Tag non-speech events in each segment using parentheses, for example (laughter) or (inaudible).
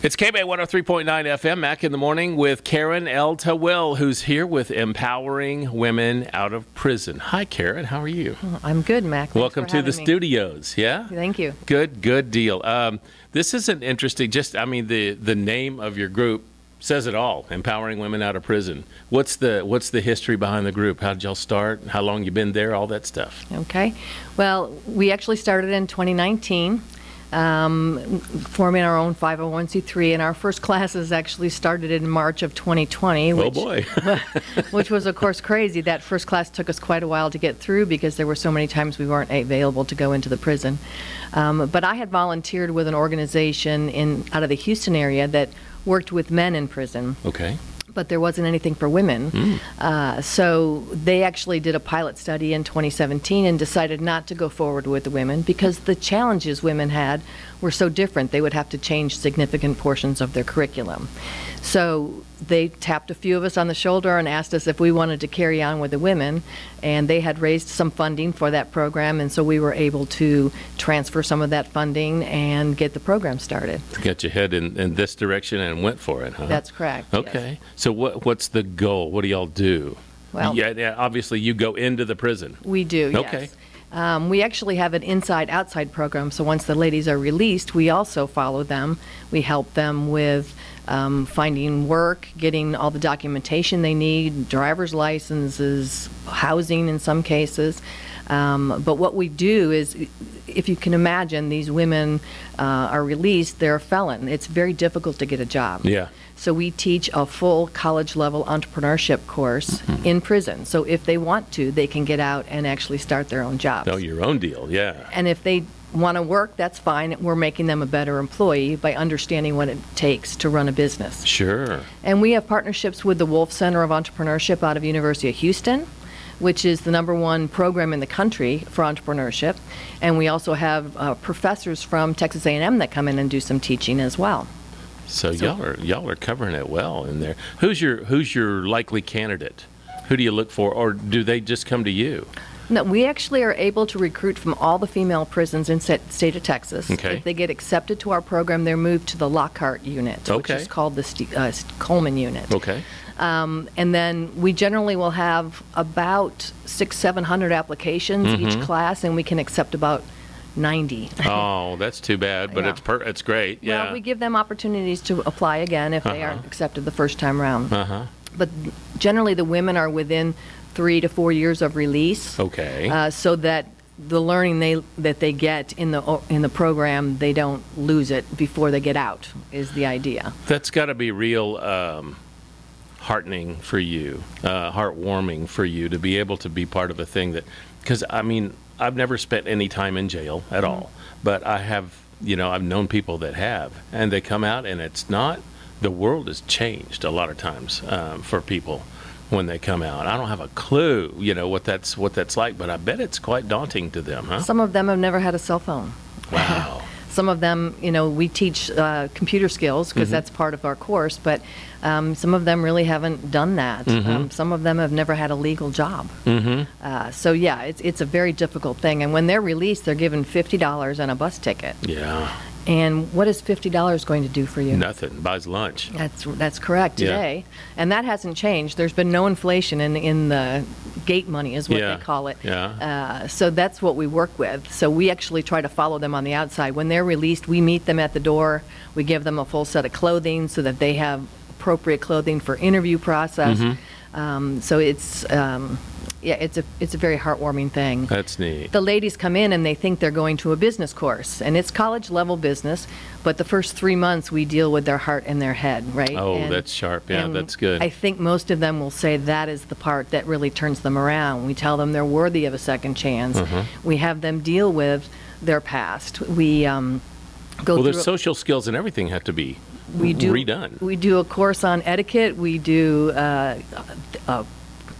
It's KBay 103.9 FM, Mac in the morning with Karen L. Tawil, who's here with Empowering Women Out of Prison. Hi, Karen. How are you? I'm good, Mac. Thanks Welcome for to the having me. studios. Yeah? Thank you. Good, good deal. Um, this is an interesting, just, I mean, the, the name of your group says it all empowering women out of prison what's the what's the history behind the group how did y'all start how long you been there all that stuff Okay. Well, we actually started in 2019, um, forming our own 501c3, and our first (laughs) classes actually started in March of 2020. oh which, boy (laughs) (laughs) which was, of course, crazy. That first class took us quite a while to get through because there were so many times we weren't available to go into the prison. Um, but I had volunteered with an organization in out of the Houston area that worked with men in prison. okay but there wasn't anything for women. Uh, so they actually did a pilot study in 2017 and decided not to go forward with the women because the challenges women had were so different. They would have to change significant portions of their curriculum. So they tapped a few of us on the shoulder and asked us if we wanted to carry on with the women, and they had raised some funding for that program, and so we were able to transfer some of that funding and get the program started. got your head in, in this direction and went for it huh That's correct. yes. Okay. So what what's the goal? What do y'all do? Well- yeah, yeah, obviously you go into the prison. We do, Okay. yes. Um, we actually have an inside outside program, so once the ladies are released, we also follow them. We help them with um, finding work, getting all the documentation they need, driver's licenses, housing in some cases. Um, but what we do is, if you can imagine, these women uh, are released, they're a felon. It's very difficult to get a job. Yeah. So we teach a full college level entrepreneurship course in prison. So if they want to, they can get out and actually start their own jobs. Oh, your own deal. Yeah. and if they want to work, that's fine. We're making them a better employee by understanding what it takes to run a business. Sure. And we have partnerships with the Wolf Center of Entrepreneurship out of University of Houston, which is the number one program in the country for entrepreneurship. And we also have uh, professors from Texas A&M that come in and do some teaching as well. So, y'all are y'all are covering it well in there. Who's your who's your likely candidate? Who do you look for or do they just come to you? No, we actually are able to recruit from all the female prisons in the state of Texas. Okay. If they get accepted to our program, they're moved to the Lockhart unit, which Okay. is called the Ste uh, St- Coleman unit. (laughs) Okay. Um, and then we generally will have about six, seven hundred applications Mm-hmm. each class, and we can accept about ninety. Oh, that's too bad, but Yeah. it's per, it's great. Yeah. Well, we give them opportunities to apply again if they aren't accepted the first time round. uh-huh. But generally, the women are within three to four years of release. Okay. uh, so that the learning they that they get in the in the program they don't lose it before they get out is the idea. That's got to be real um, heartening for you, uh, heartwarming for you to be able to be part of a thing that, because I mean, I've never spent any time in jail at all, but I have, you know, I've known people that have, and they come out and it's not, the world has changed a lot of times um, for people when they come out. I don't have a clue, you know, what that's what that's like, but I bet it's quite daunting to them, huh? Some of them have never had a cell phone. Wow. Some of them, you know, we teach uh, computer skills Mm-hmm. because that's part of our course, but um, some of them really haven't done that. Mm-hmm. Um, some of them have never had a legal job. Mm-hmm. Uh, so yeah, it's it's a very difficult thing. And when they're released, they're given fifty dollars and a bus ticket. Yeah. And what is fifty dollars going to do for you? Nothing buys lunch. That's that's correct Yeah. today, and that hasn't changed. There's been no inflation in in the gate money, is what Yeah. they call it. Yeah. Uh, so that's what we work with. So we actually try to follow them on the outside. When they're released, we meet them at the door. We give them a full set of clothing so that they have appropriate clothing for interview process. Mm-hmm. Um, so it's um, yeah, it's a it's a very heartwarming thing That's neat. the ladies come in and they think they're going to a business course and it's college level business but the first three months we deal with their heart and their head right Oh, And- that's sharp. Yeah, and that's good. i think most of them will say that is the part that really turns them around we tell them they're worthy of a second chance Mm-hmm. we have them deal with their past we um, go Well, through their social skills and everything have to be we do redone. We do a course on etiquette. We do uh, a,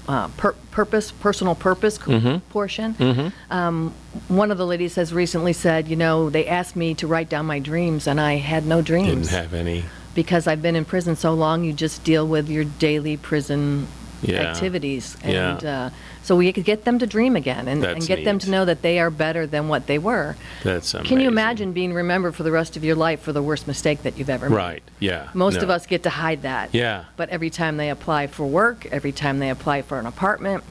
uh, pur- purpose, personal purpose co- Mm-hmm. portion. Um, one of the ladies has recently said, you know, they asked me to write down my dreams, and I had no dreams Didn't have any. because I've been in prison so long. You just deal with your daily prison Yeah. activities. Yeah. And uh, so we could get them to dream again and, and That's get them neat. to know that they are better than what they were. That's amazing. Can you imagine being remembered for the rest of your life for the worst mistake that you've ever made? Right. Yeah. Most no. of us get to hide that. Yeah. But every time they apply for work, every time they apply for an apartment,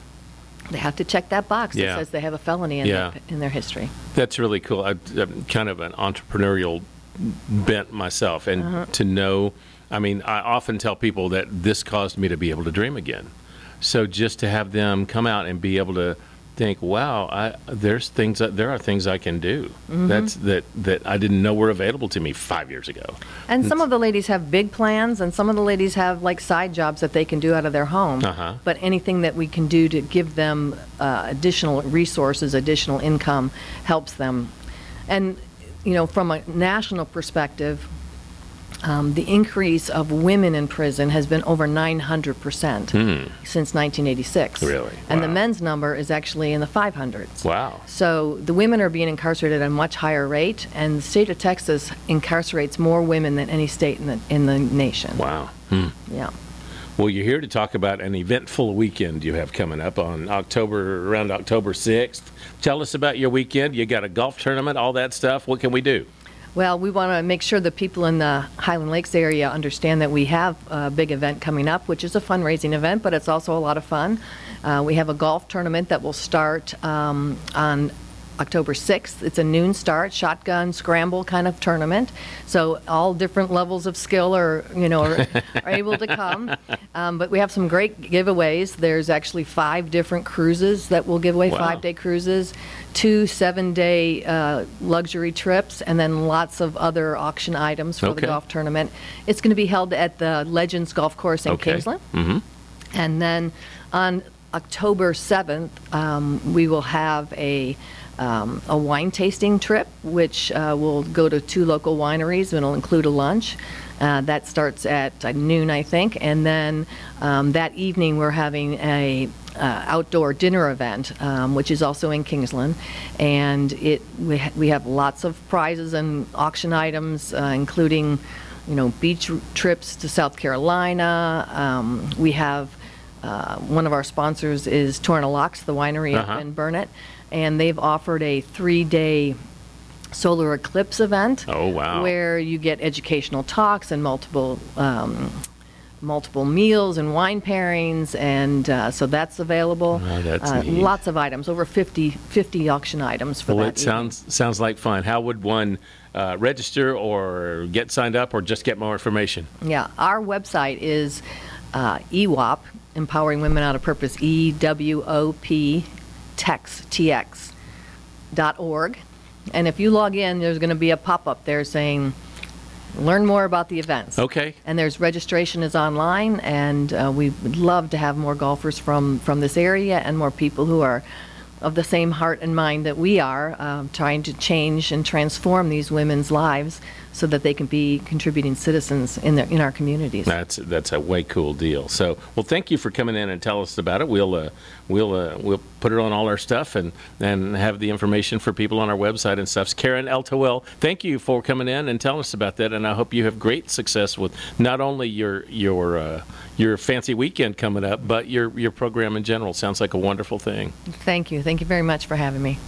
they have to check that box that Yeah. says they have a felony in, Yeah. their, in their history. That's really cool. I, I'm kind of an entrepreneurial bent myself, and Uh-huh. to know, I mean, I often tell people that this caused me to be able to dream again. So just to have them come out and be able to think, wow, I, there's things that there are things I can do. Mm-hmm. That's that that I didn't know were available to me five years ago. And some of the ladies have big plans, and some of the ladies have like side jobs that they can do out of their home. Uh-huh. But anything that we can do to give them uh, additional resources, additional income, helps them. And, you know, from a national perspective, um, the increase of women in prison has been over 900% since 1986. Hmm. Really? And the Wow. men's number is actually in the 500s. Wow. So the women are being incarcerated at a much higher rate, and the state of Texas incarcerates more women than any state in the, in the nation. Wow. Yeah. Well, you're here to talk about an eventful weekend you have coming up on October, around October 6th. Tell us about your weekend. You got a golf tournament, all that stuff. What can we do? Well, we want to make sure the people in the Highland Lakes area understand that we have a big event coming up, which is a fundraising event, but it's also a lot of fun. Uh, we have a golf tournament that will start um, on October 6th. It's a noon start, shotgun scramble kind of tournament. So all different levels of skill are, you (laughs) know, are, are able to come. Um, but we have some great giveaways. There's actually five different cruises that we'll give away, Wow. five-day cruises, two seven-day uh, luxury trips, and then lots of other auction items for the Okay. golf tournament. It's going to be held at the Legends Golf Course in Okay. Kingsland. And then on October 7th, um, we will have a, um, a wine tasting trip, which uh, will go to two local wineries. It'll include a lunch. Uh, that starts at uh, noon, I think. And then um, that evening, we're having a uh, outdoor dinner event, um, which is also in Kingsland, and it we, ha- we have lots of prizes and auction items, uh, including you know, beach r- trips to South Carolina. Um, we have uh, one of our sponsors is Tornalox, the winery Uh-huh. up in Burnett, and they've offered a three-day solar eclipse event. Oh, wow. Where you get educational talks and multiple um, multiple meals and wine pairings, and uh, so that's available. Oh, that's uh, neat. Lots of items, over 50, 50 auction items for Well, that. it sounds sounds like fun. How would one uh, register or get signed up or just get more information? evening. Yeah, our website is uh, EWOP, Empowering Women Out of Purpose, E W O P, Tex, T X, dot org. And if you log in, there's going to be a pop up there saying, learn more about the events. Okay. And there's registration is online, and uh, we would love to have more golfers from from this area and more people who are of the same heart and mind that we are, um, trying to change and transform these women's lives so that they can be contributing citizens in their in our communities. That's that's a way cool deal. So, well, thank you for coming in and tell us about it. We'll uh, we'll uh, we'll put it on all our stuff and and have the information for people on our website and stuff. Karen Eltowell, thank you for coming in and telling us about that. And I hope you have great success with not only your your uh, your fancy weekend coming up, but your your program in general. Sounds like a wonderful thing. Thank you, thank you very much for having me.